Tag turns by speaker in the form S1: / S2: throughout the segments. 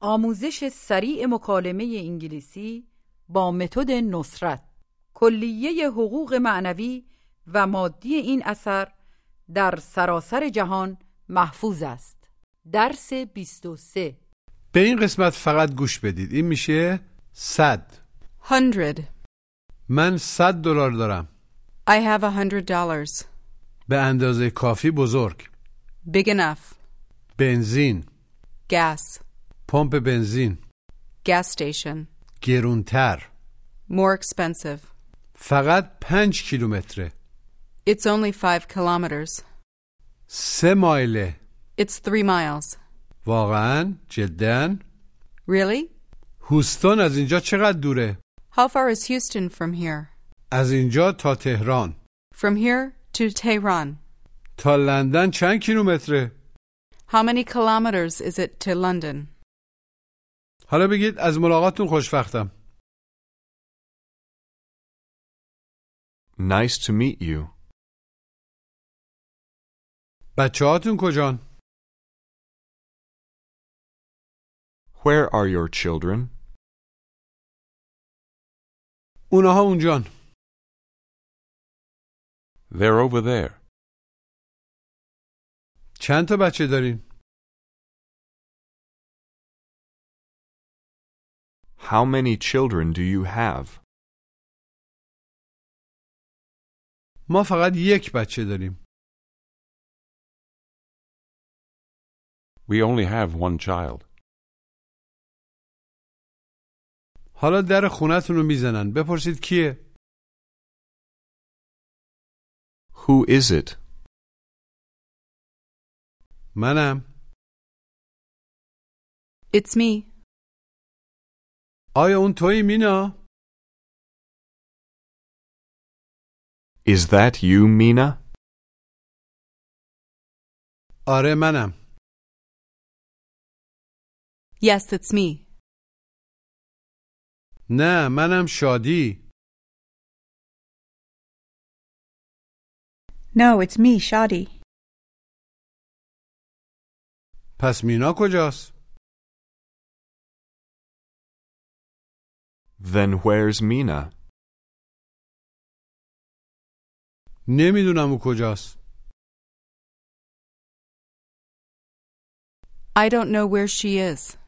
S1: آموزش سریع مکالمه انگلیسی با متد نصرت کلیه حقوق معنوی و مادی این اثر در سراسر جهان محفوظ است درس 23
S2: به این قسمت فقط گوش بدید این میشه 100
S3: Hundred.
S2: من 100 دلار دارم
S3: I have a hundred dollars.
S2: به اندازه کافی بزرگ
S3: Big enough.
S2: بنزین
S3: Gas.
S2: پمپ بنزین
S3: Gas station.
S2: گرونتر
S3: More expensive.
S2: فقط 5 کیلومتره
S3: It's only five kilometers.
S2: سه مایله
S3: It's three miles.
S2: واقعا جدا
S3: Really?
S2: هوستون از اینجا چقدر دوره
S3: How far is Houston from here?
S2: از اینجا تا تهران
S3: From here to Tehran.
S2: تا لندن چند کیلومتره
S3: How many kilometers is it to London?
S2: حالا بگید از ملاقاتتون خوشبختم
S4: Nice to meet you.
S2: بچه هاتون کجان
S4: Where are your children?
S2: اونها اونجان
S4: They're over there.
S2: چند تا بچه دارین
S4: How many children do you have?
S2: ما فقط یک بچه داریم
S5: We only have one child.
S2: حالا در خونتون رو میزنن بپرسید کیه
S4: Who is it?
S2: منم
S3: It's me.
S2: آیا اون توی مینا
S4: Is that you, Mina?
S2: آره منم
S3: Yes, it's me.
S2: نه منم شادی
S6: No, it's me, Shadi.
S2: پس مینا کجاست
S4: Then where's Mina?
S2: نمیدونم او کجاست
S3: I don't know where she is.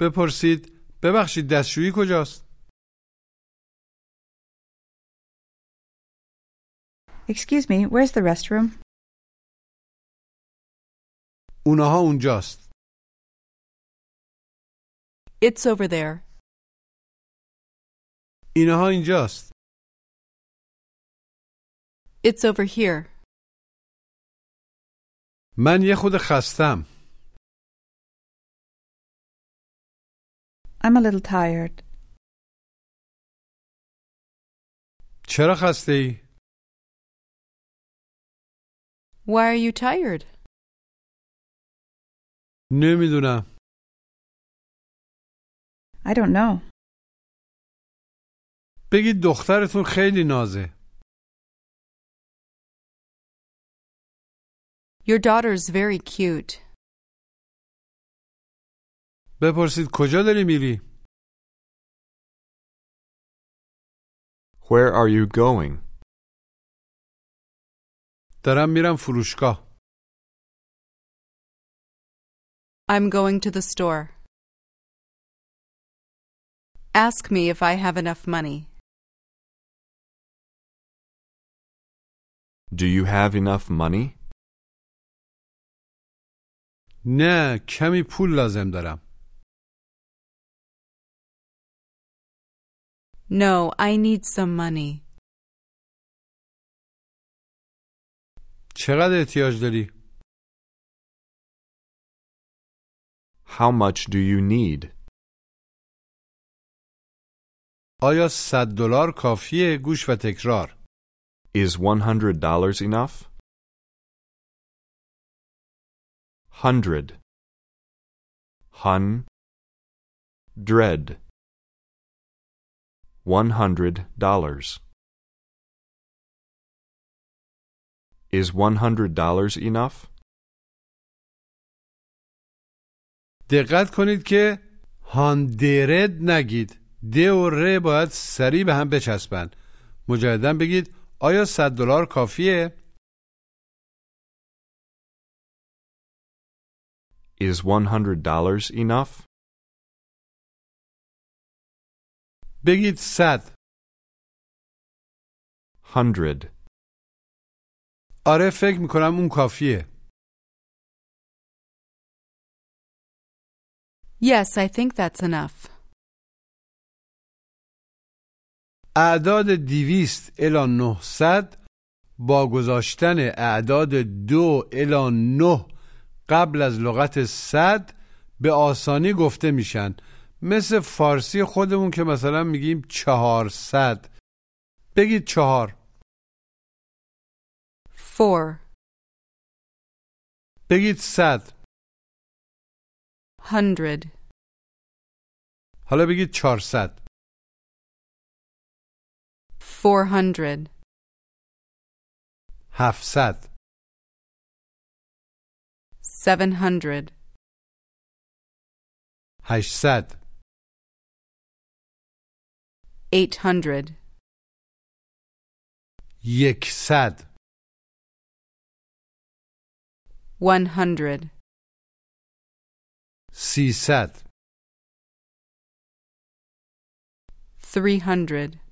S2: بپرسید ببخشید دستشویی کجاست
S6: Excuse me, where's the restroom?
S2: اونها اونجاست
S3: It's over there.
S2: اینها اینجاست
S3: It's over here.
S2: من یه خود خستم
S6: I'm a little tired.
S2: چرا خسته ای؟
S3: Why are you tired?
S2: نمیدونم
S6: I don't know.
S2: بگید دخترتون خیلی نازه
S3: Your daughter's very cute.
S2: بپرسید کجا داری میری
S4: Where are you going?
S2: دارم میرم فروشگاه
S3: I'm going to the store. Ask me if I have enough money.
S4: Do you have enough money?
S2: نه کمی پول لازم دارم
S3: No, I need some money.
S2: چقدر احتیاج داری
S4: How much do you need?
S2: آیا 100 دلار کافیه گوش و تکرار
S4: Is $100 enough? Hundred. Hun. Dread. One hundred dollars. Is one hundred dollars enough?
S2: دقت کنید که هاندرد نگید د و ر باید سریع به هم بچسبن مجددا بگید آیا 100 دلار کافیه
S4: Is $100 enough?
S2: بگید 100
S4: Hundred.
S2: آره فکر میکنم اون کافیه
S3: Yes, I think that's enough.
S2: اعداد 200 الی 900 با گذاشتن اعداد دو الی 9 قبل از لغت 100 به آسانی گفته میشن مثل فارسی خودمون که مثلا میگیم 400 بگید چهار
S3: Four
S2: بگید 100
S3: hundred
S2: حالا بگید 400
S3: four hundred
S2: 700
S3: seven hundred
S2: 800
S3: eight hundred
S2: 100
S3: one hundred
S2: 300
S3: three hundred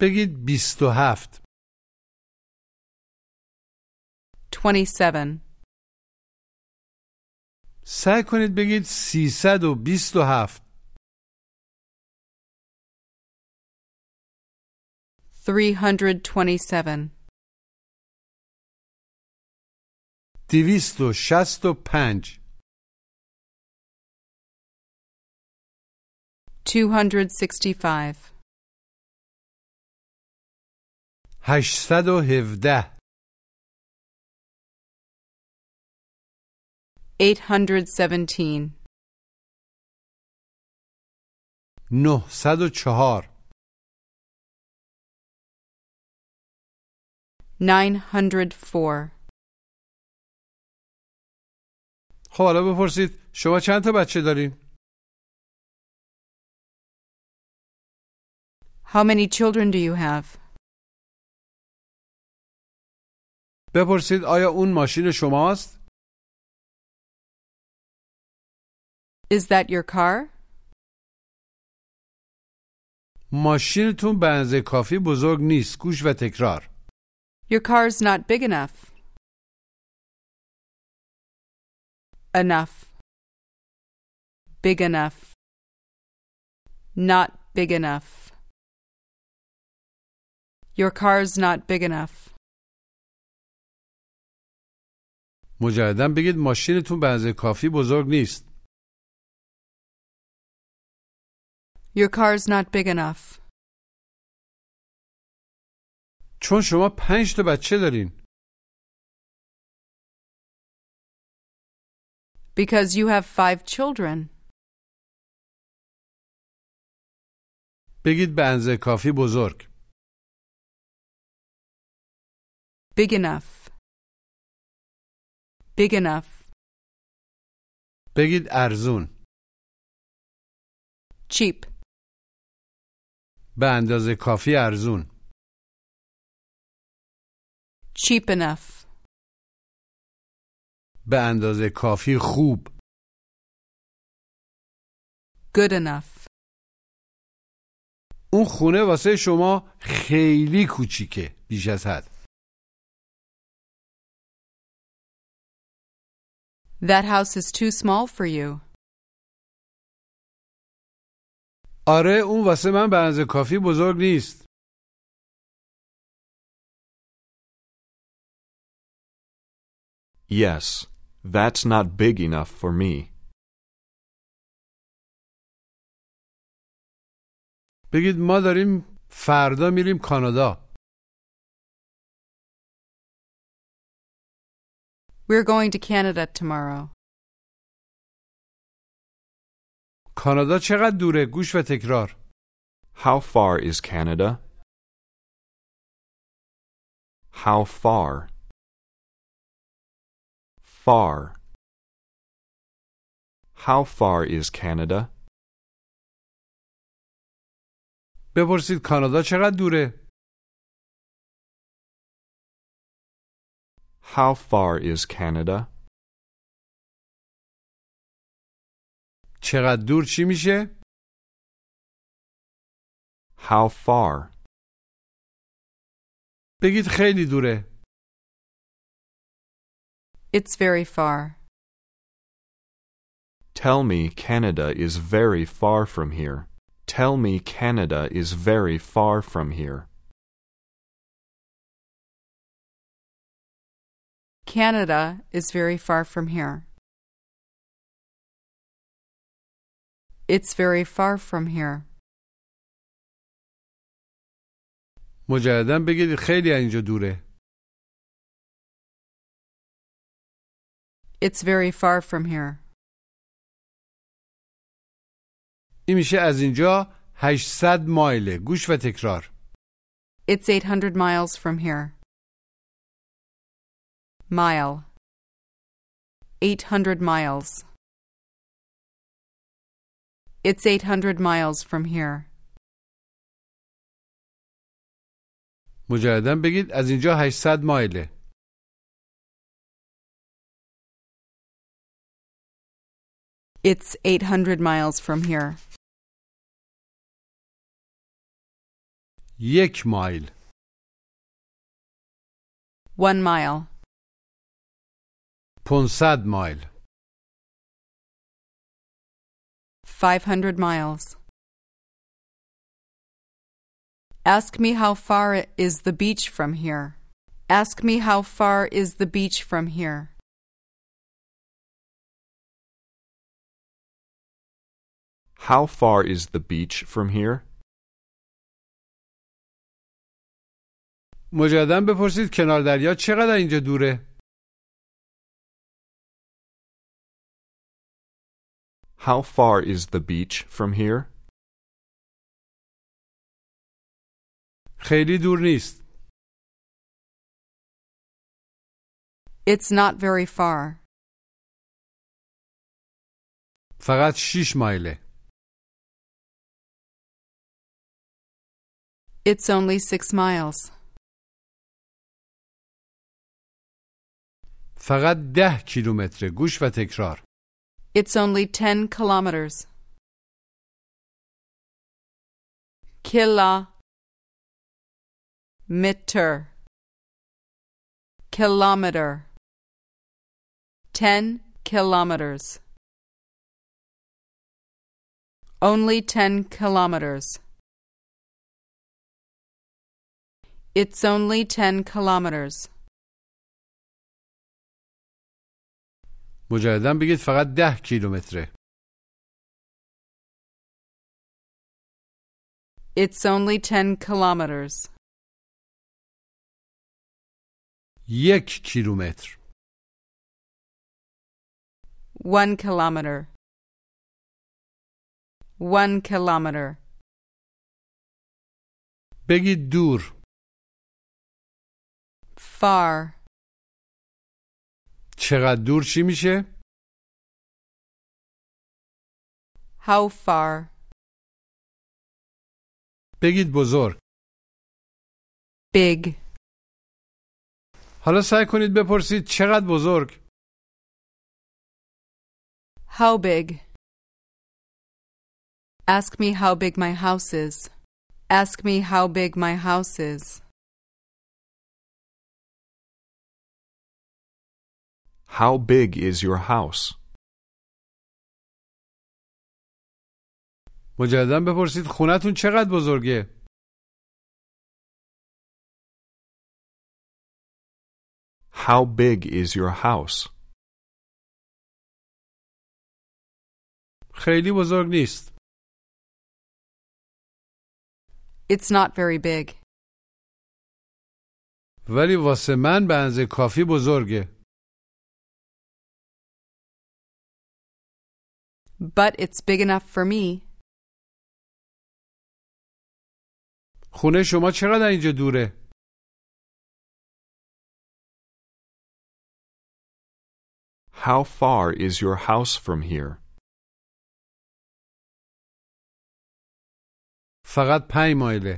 S2: بگید 27
S3: twenty-seven
S2: سعی کنید بگید 327
S3: three hundred twenty-seven
S2: 265
S3: two hundred sixty-five
S2: 817
S3: eight hundred seventeen
S2: 904
S3: nine hundred four
S2: خب حالا بپرسید شما چند تا بچه دارین؟
S3: How many children do you have?
S2: بپرسید آیا اون ماشین شماست؟
S3: Is that your car?
S2: ماشینتون به اندازه کافی بزرگ نیست گوش و تکرار
S3: Your car's not big enough. Enough. Big enough. Not big enough. Your car's not big enough.
S2: مجددا بگید ماشینتون به اندازه کافی بزرگ نیست
S3: Your car's not big enough.
S2: چون شما پنج تا بچه دارین
S3: Because you have five children.
S2: بگید به اندازه کافی بزرگ
S3: Big enough. Big enough.
S2: بگید ارزون
S3: Cheap.
S2: به اندازه کافی ارزون
S3: Cheap enough.
S2: به اندازه کافی خوب
S3: Good enough.
S2: اون خونه واسه شما خیلی کوچیکه بیش از حد
S3: That house is too small for you.
S2: آره اون واسه من به اندازه کافی بزرگ نیست
S4: Yes. That's not big enough for me.
S2: بگید ما داریم فردا میریم کانادا
S3: We're going to Canada tomorrow.
S2: کانادا چقدر دوره گوش و تکرار
S4: How far is Canada? How far? Far. How far is Canada?
S2: بپرسید کانادا چقدر دوره؟
S4: How far is Canada?
S2: چقدر دور چی میشه؟
S4: How far?
S2: بگید خیلی دوره.
S3: It's very far.
S4: Tell me Canada is very far from here. Tell me Canada is very far from here.
S3: Canada is very far from here. It's very far from here.
S2: مجددا بگید خیلی از اینجا دوره.
S3: It's very far from here.
S2: این میشه از اینجا 800 مایله. گوش و تکرار.
S3: It's 800 miles from here. Mile. 800 miles. It's 800 miles from here.
S2: مجددا بگید از اینجا 800 مایله.
S3: It's 800 miles from here.
S2: یک مایل.
S3: One mile.
S2: 500 مایل.
S3: 500 miles. Ask me how far is the beach from here. Ask me how far is the beach from here.
S4: How far is the beach from here?
S2: مجددا بپرسید کنار دریا چقدر اینجا دوره؟
S4: How far is the beach from here?
S2: خیلی دور نیست.
S3: It's not very far.
S2: فقط 6 مایله.
S3: It's only six miles.
S2: فقط 10 کیلومتر. گوش و تکرار.
S3: It's only 10 kilometers. Kila. Meter. Kilometer. 10 kilometers. Only 10 kilometers. It's only 10 kilometers.
S2: مجددا بگید فقط 10 کیلومتره.
S3: It's only 10 kilometers.
S2: یک کیلومتر.
S3: 1 kilometer. 1 kilometer.
S2: بگید دور.
S3: Far.
S2: چقدر دور چی میشه؟
S3: How far?
S2: بگید بزرگ.
S3: Big.
S2: حالا سعی کنید بپرسید چقدر بزرگ؟
S3: How big? Ask me how big my house is. Ask me how big my house is.
S4: How big is your house?
S2: مجددا بپرسید خونتون چقدر بزرگه؟
S4: How big is your house?
S2: خیلی بزرگ نیست.
S3: It's not very big.
S2: ولی واسه من به اندازه کافی بزرگه.
S3: But it's big enough for me.
S2: خونه شما چقدر اینجا دوره؟
S4: How far is your house from here?
S2: فقط پنج مایله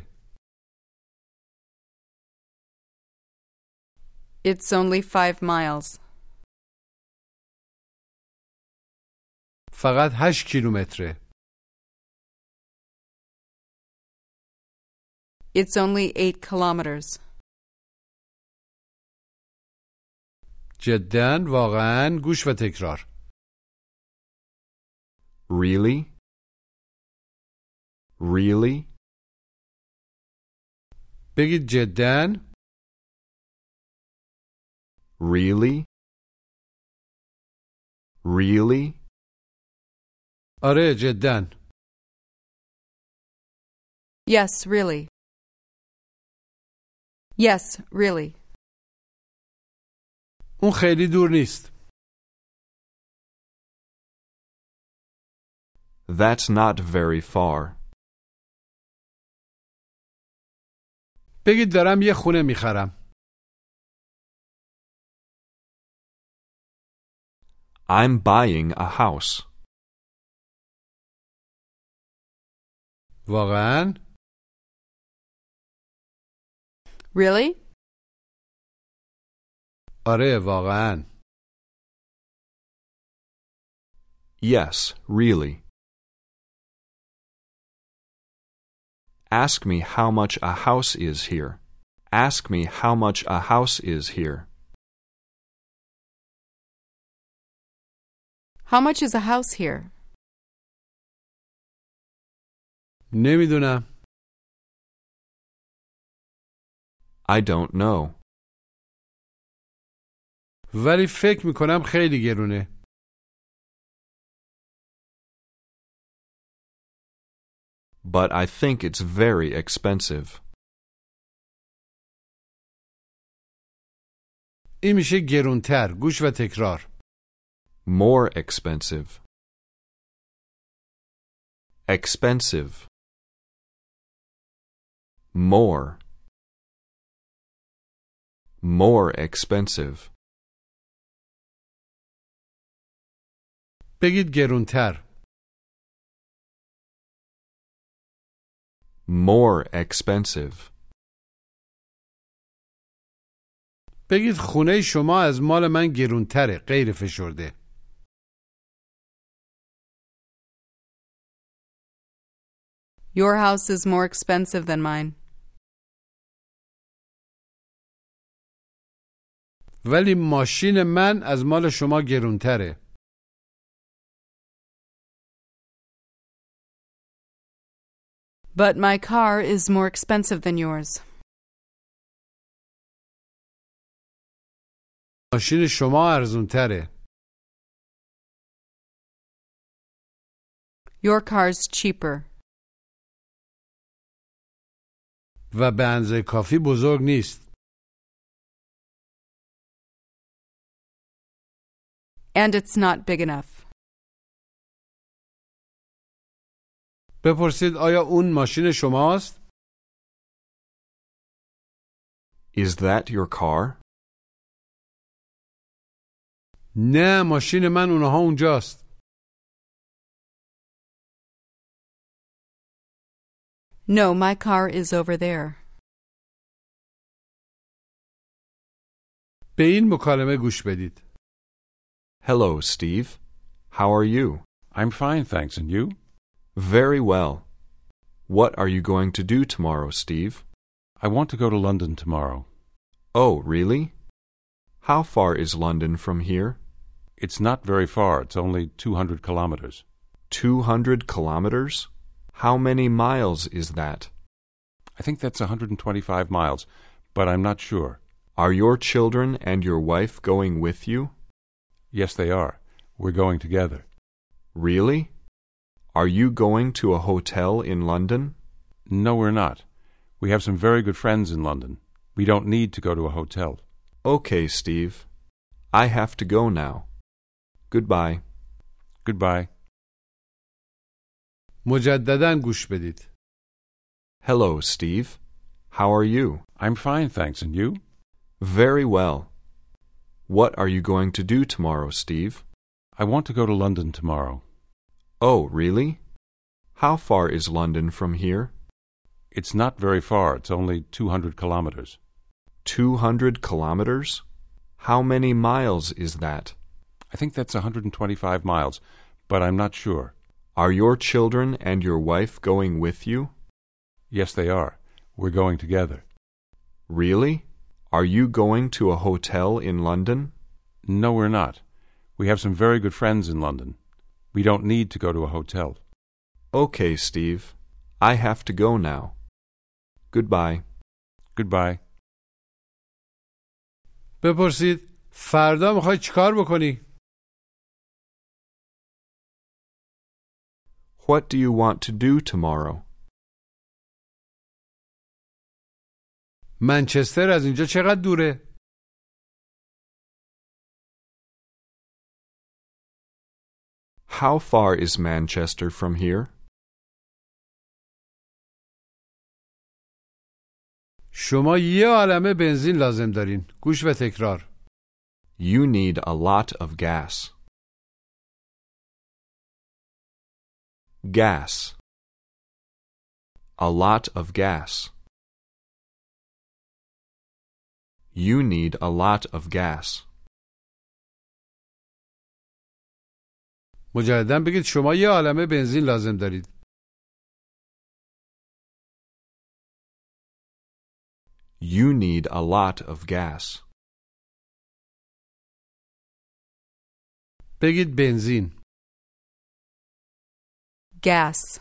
S3: It's only five miles.
S2: فقط هشت کیلومتره
S3: It's only eight kilometers.
S2: جدا واقعا گوش و تکرار
S4: Really? Really?
S2: بگید جدا
S4: Really? Really?
S2: آره جدا
S3: Yes, really. Yes, really.
S2: اون خیلی دور نیست
S4: That's not very far.
S2: بگید دارم یه خونه میخرم
S4: I'm buying a house.
S2: واقعا
S3: Really?
S2: آره واقعا
S4: Yes, really. Ask me how much a house is here. Ask me how much a house is here.
S3: How much is a house here?
S2: نمیدونم
S4: I don't know.
S2: ولی فکر میکنم خیلی گرونه
S4: but I think it's very expensive.
S2: این میشه گرونتر گوش و تکرار
S4: More expensive. Expensive. More. More expensive.
S2: بگید گرونتر
S4: More expensive.
S2: بگید خونه شما از مال من گرونتره غیر فشرده
S3: Your house is more expensive than mine.
S2: ولی ماشین من از مال شما گرونتره
S3: But my car is more expensive than yours.
S2: ماشین شما ارزونتره
S3: Your car's cheaper.
S2: و به اندازه کافی بزرگ نیست
S3: And it's not big enough.
S2: بپرسید آیا اون ماشین شماست؟
S4: Is that your car?
S2: نه ماشین من اونها اونجاست
S3: No, my car is over there.
S2: به این مکالمه گوش بدید
S4: Hello, Steve. How are you?
S5: I'm fine, thanks. And you?
S4: Very well. What are you going to do tomorrow, Steve?
S5: I want to go to London tomorrow.
S4: Oh, really? How far is London from here?
S5: It's not very far, it's only 200 kilometers.
S4: 200 kilometers? How many miles is that?
S5: I think that's 125 miles, but I'm not sure.
S4: Are your children and your wife going with you?
S5: Yes, they are. We're going together.
S4: Really? Are you going to a hotel in London?
S5: No, we're not. We have some very good friends in London. We don't need to go to a hotel.
S4: Okay, Steve. I have to go now. Goodbye.
S5: Goodbye.
S2: مجددا گوش بدید
S4: Hello, Steve. How are you?
S5: I'm fine, thanks. And you?
S4: Very well. What are you going to do tomorrow, Steve?
S5: I want to go to London tomorrow.
S4: Oh, really? How far is London from here?
S5: It's not very far. It's only 200 kilometers.
S4: 200 kilometers? How many miles is that?
S5: I think that's 125 miles, but I'm not sure.
S4: Are your children and your wife going with you?
S5: Yes, they are. We're going together.
S4: Really? Are you going to a hotel in London?
S5: No, we're not. We have some very good friends in London. We don't need to go to a hotel.
S4: Okay, Steve. I have to go now. Goodbye.
S5: Goodbye.
S2: بپرسید فردا میخوای چیکار بکنی؟
S4: What do you want to do tomorrow?
S2: منچستر از اینجا چقدر دوره؟
S4: How far is Manchester from here?
S2: شما یه عالمه بنزین لازم دارین گوش و تکرار
S4: You need a lot of gas. Gas. A lot of gas. You need a lot of gas.
S2: مجددا بگید شما یه عالمه بنزین لازم دارید
S4: You need a lot of gas.
S2: بگید بنزین
S3: Gas.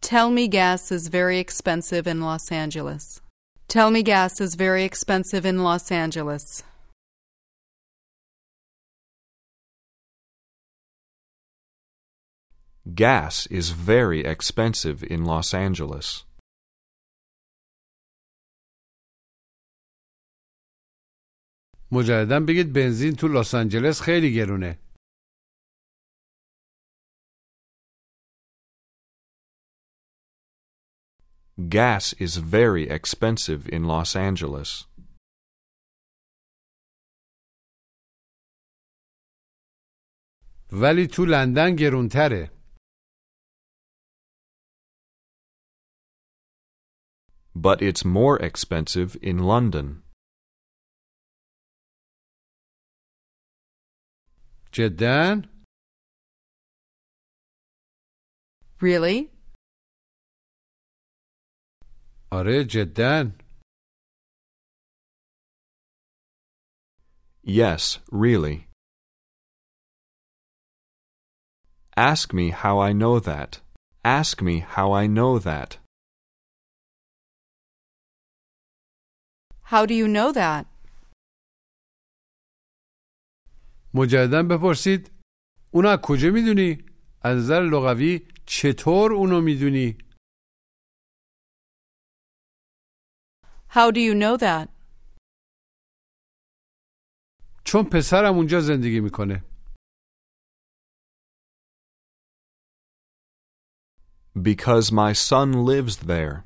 S3: Tell me gas is very expensive in Los Angeles. Tell me gas is very expensive in Los Angeles.
S4: Gas is very expensive in Los Angeles.
S2: مجددا بگید بنزین تو لس آنجلس خیلی گرونه
S4: Gas is very expensive in Los Angeles.
S2: ولی تو لندن گرونتره
S4: But it's more expensive in London.
S2: جدا
S3: Really?
S2: آره جدا
S4: Yes, really. Ask me how I know that. Ask me how I know that.
S3: How do you know that?
S2: مجددا بپرسید اونو از کجا میدونی؟ از نظر لغوی چطور اونو میدونی؟
S3: How do you know that?
S2: چون پسرم اونجا زندگی میکنه
S4: Because my son lives there.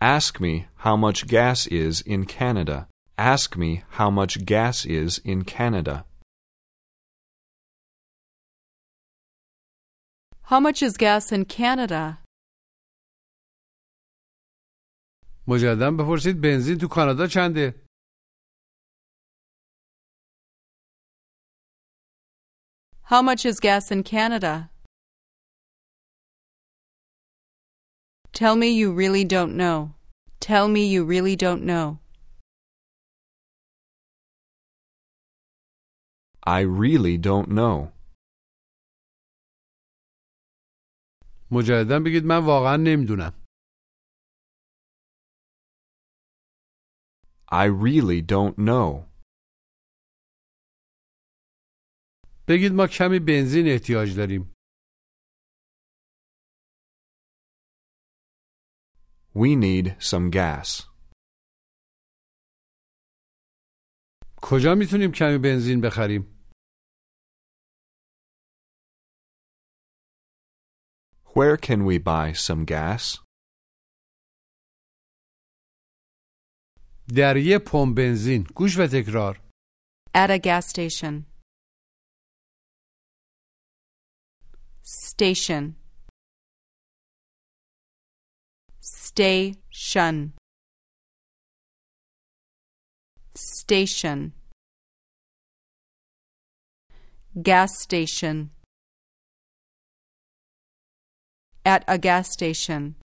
S4: Ask me how much gas is in Canada. Ask me how much gas is in Canada.
S3: How much is gas in Canada?
S2: مجددا بپرسید بنزین تو کانادا چنده؟
S3: How much is gas in Canada? Tell me you really don't know. Tell me you really don't know.
S4: I really don't know.
S2: مجددا بگید من واقعا نمیدونم
S4: I really don't know.
S2: بگید ما کمی بنزین احتیاج داریم
S4: We need some gas.
S2: کجا میتونیم کمی بنزین بخریم؟
S4: Where can we buy some gas?
S2: در یه پمپ بنزین گوش و تکرار
S3: At a gas station. Station. Station. Station. Gas station. At a gas station.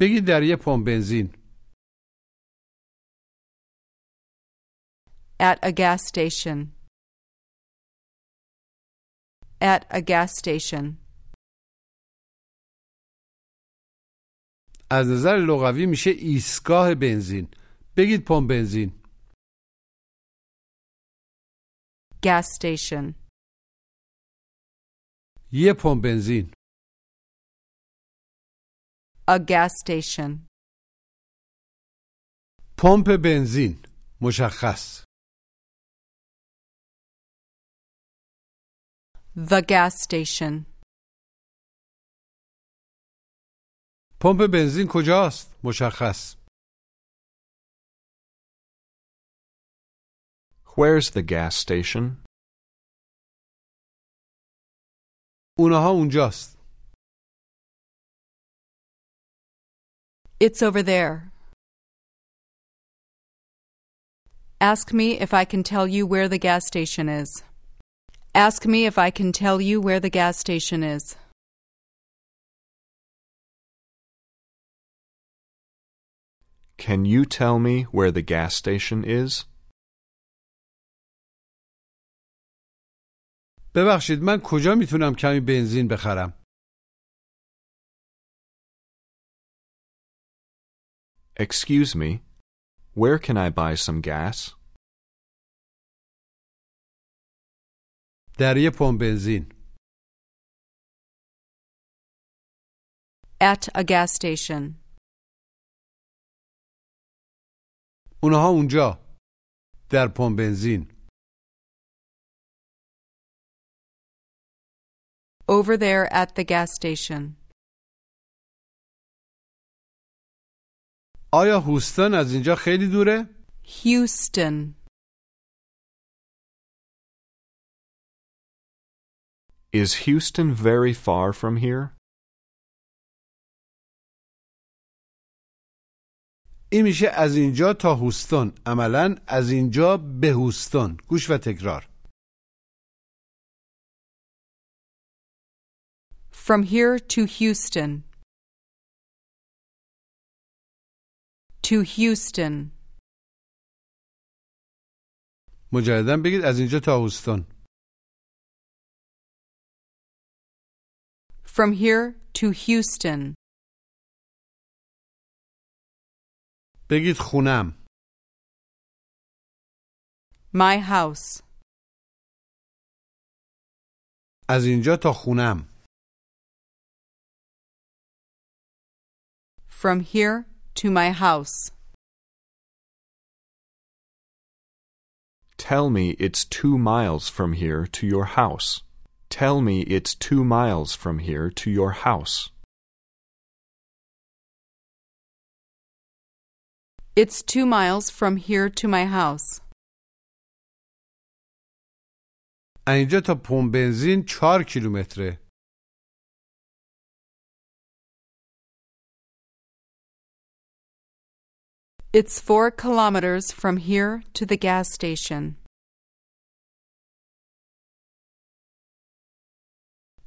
S2: بگید در یه پمپ بنزین
S3: At a gas station. At a gas station.
S2: از نظر لغوی میشه ایستگاه بنزین بگید پمپ بنزین
S3: Gas station.
S2: یه پمپ بنزین
S3: A gas station.
S2: پمپ بنزین مشخص
S3: The gas station.
S2: پمپ بنزین کجاست مشخص
S4: Where's the gas station?
S2: اونها اونجاست
S3: It's over there. Ask me if I can tell you where the gas station is. Ask me if I can tell you where the gas station is.
S4: Can you tell me where the gas station is?
S2: ببخشید من کجا میتونم کمی بنزین بخرم
S4: Excuse me. Where can I buy some gas?
S2: در یه پمپ بنزین
S3: At a gas station.
S2: اونها اونجا در پمپ بنزین
S3: Over there at the gas station.
S2: آیا هوستن از اینجا خیلی دوره
S3: Houston.
S4: Is Houston very far from here?
S2: این میشه از اینجا تا هوستون عملا از اینجا به هوستون گوش و تکرار
S3: From here to Houston. To Houston.
S2: مجددا بگید از اینجا تا هوستون
S3: From here to Houston.
S2: بگید خونم
S3: My house.
S2: از اینجا تا خونم
S3: From here to my house.
S4: Tell me it's two miles from here to your house. Tell me it's two miles from here to your house.
S3: It's two miles from here to my house.
S2: از اینجا تا پمپ بنزین چهار کیلومتره
S3: It's four kilometers from here to the gas station.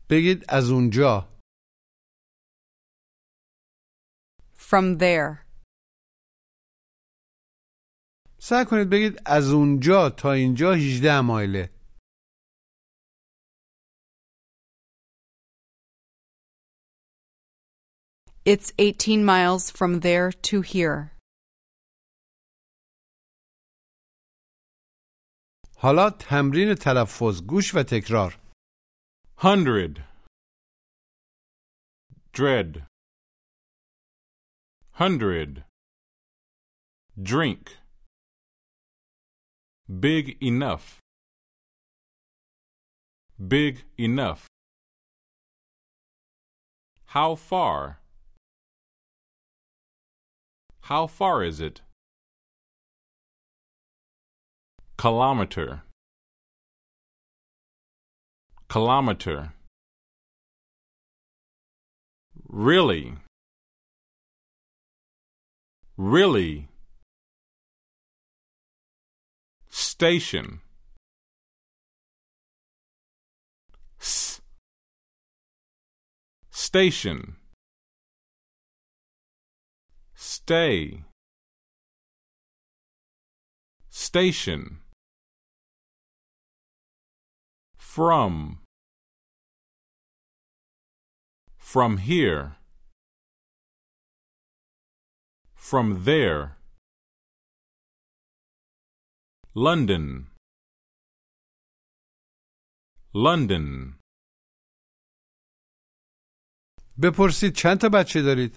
S2: بگید از اونجا
S3: From there.
S2: سعی کنید بگید از اونجا تا اینجا 18 مایله
S3: It's 18 miles from there to here.
S2: حالا تمرین تلفظ گوش و تکرار
S7: Hundred. Dread. Hundred. Drink. Big enough. Big enough. How far? How far is it? Kilometer. Kilometer. Really. Really. Station. S. Station. Stay. Station. From. From here. From there. London. London.
S2: بپرسید چند تا بچه دارید؟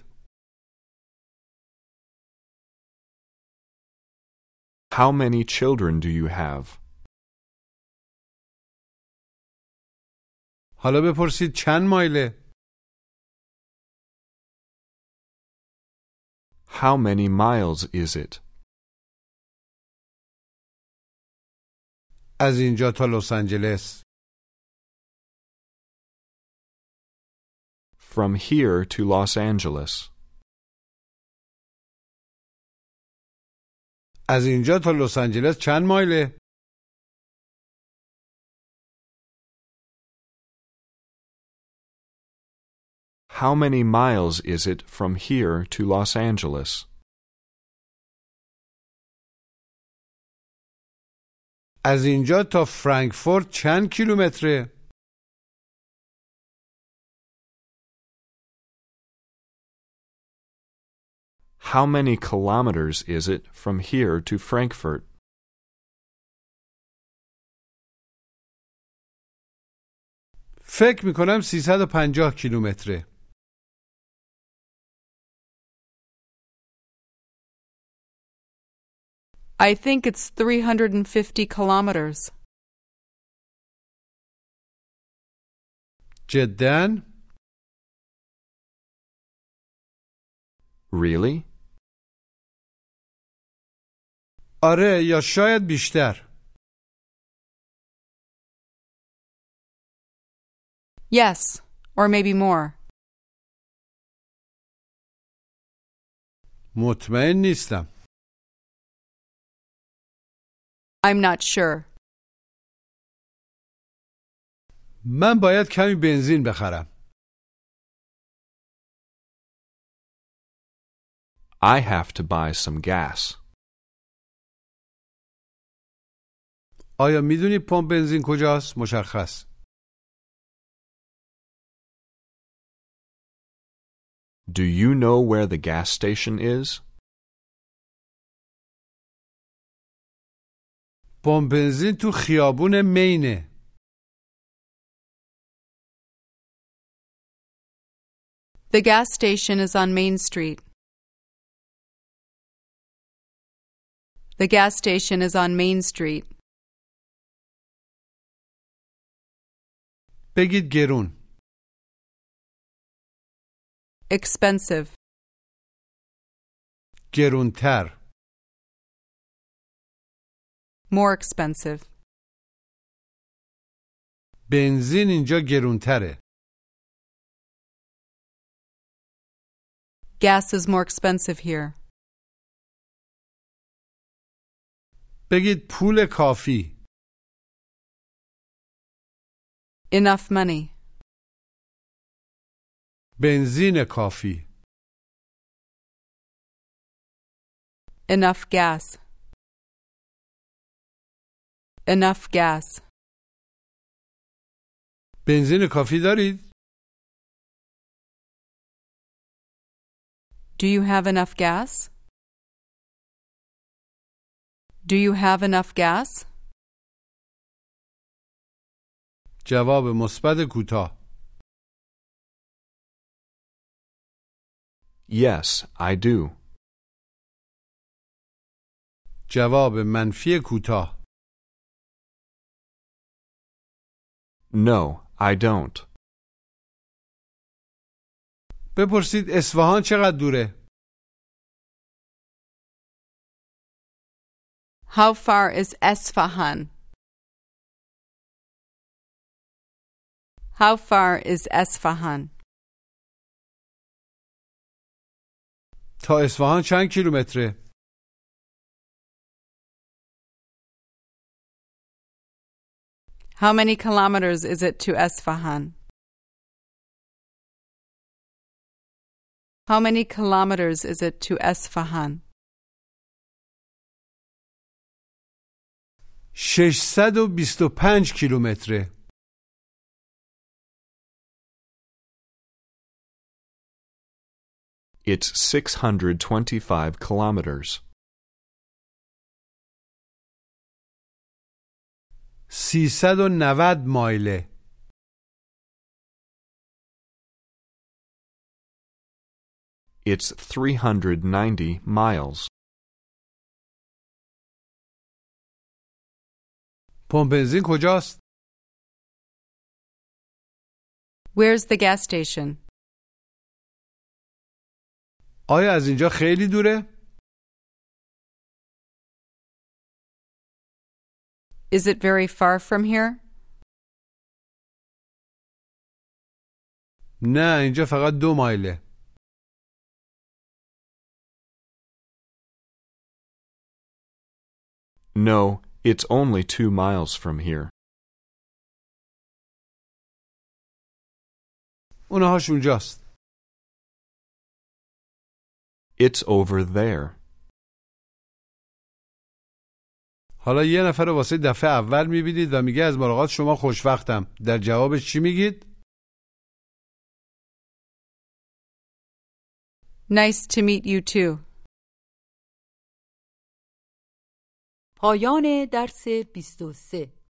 S4: How many children do you have?
S2: حالا بپرسید چند مایله؟
S4: How many miles is it?
S2: از اینجا تا لس آنجلس
S4: From here to Los Angeles.
S2: از اینجا تا لس آنجلس چند مایله؟
S4: How many miles is it from here to Los Angeles?
S2: از اینجا تا فرانکفورت چند کیلومتره؟
S4: How many kilometers is it from here to Frankfurt?
S2: فکر میکنم 350 کیلومتره
S3: I think it's 350 kilometers.
S2: جدا
S4: Really?
S2: آره یا شاید بیشتر
S3: Yes, or maybe more.
S2: مطمئن نیستم
S3: I'm not sure.
S2: من باید کمی بنزین بخرم
S4: I have to buy some gas.
S2: آیا میدونی پمپ بنزین کجاست؟ مشخص
S4: Do you know where the gas station is?
S2: پمپ بنزین تو خیابون مینه
S3: The gas station is on Main Street. The gas station is on Main Street.
S2: بگید گرون
S3: Expensive.
S2: گرونتر
S3: More expensive.
S2: بنزین اینجا گرونتره
S3: Gas is more expensive here.
S2: بگید پول کافی
S3: Enough money.
S2: بنزین کافی
S3: Enough gas. Enough gas.
S2: بنزین کافی دارید؟
S3: Do you have enough gas? Do you have enough gas?
S2: جواب مثبت کوتاه
S4: Yes, I do.
S2: جواب منفی کوتاه
S4: No, I don't.
S2: بپرسید اصفهان چقدر دوره؟
S3: How far is Esfahan? How far is Esfahan?
S2: تا اصفهان چند کیلومتره؟
S3: How many kilometers is it to Esfahan? How many kilometers is it to Esfahan?
S2: 625 کیلومتره.
S4: 625. It's 625 kilometers.
S2: 390 مایله.
S4: 390. It's 390 miles.
S2: پمپ بنزین کجاست؟
S3: Where's the gas station?
S2: آیا از اینجا خیلی دوره؟
S3: Is it very far from here?
S2: نه اینجا فقط دو مایله.
S4: No, it's only two miles from here.
S2: اونهاش اونجاست.
S4: It's over there.
S2: حالا یه نفر رو واسه دفعه اول میبینید و میگه از ملاقات شما خوشوقتم. در جوابش چی میگید؟
S3: Nice to meet you too.
S1: پایان درس 23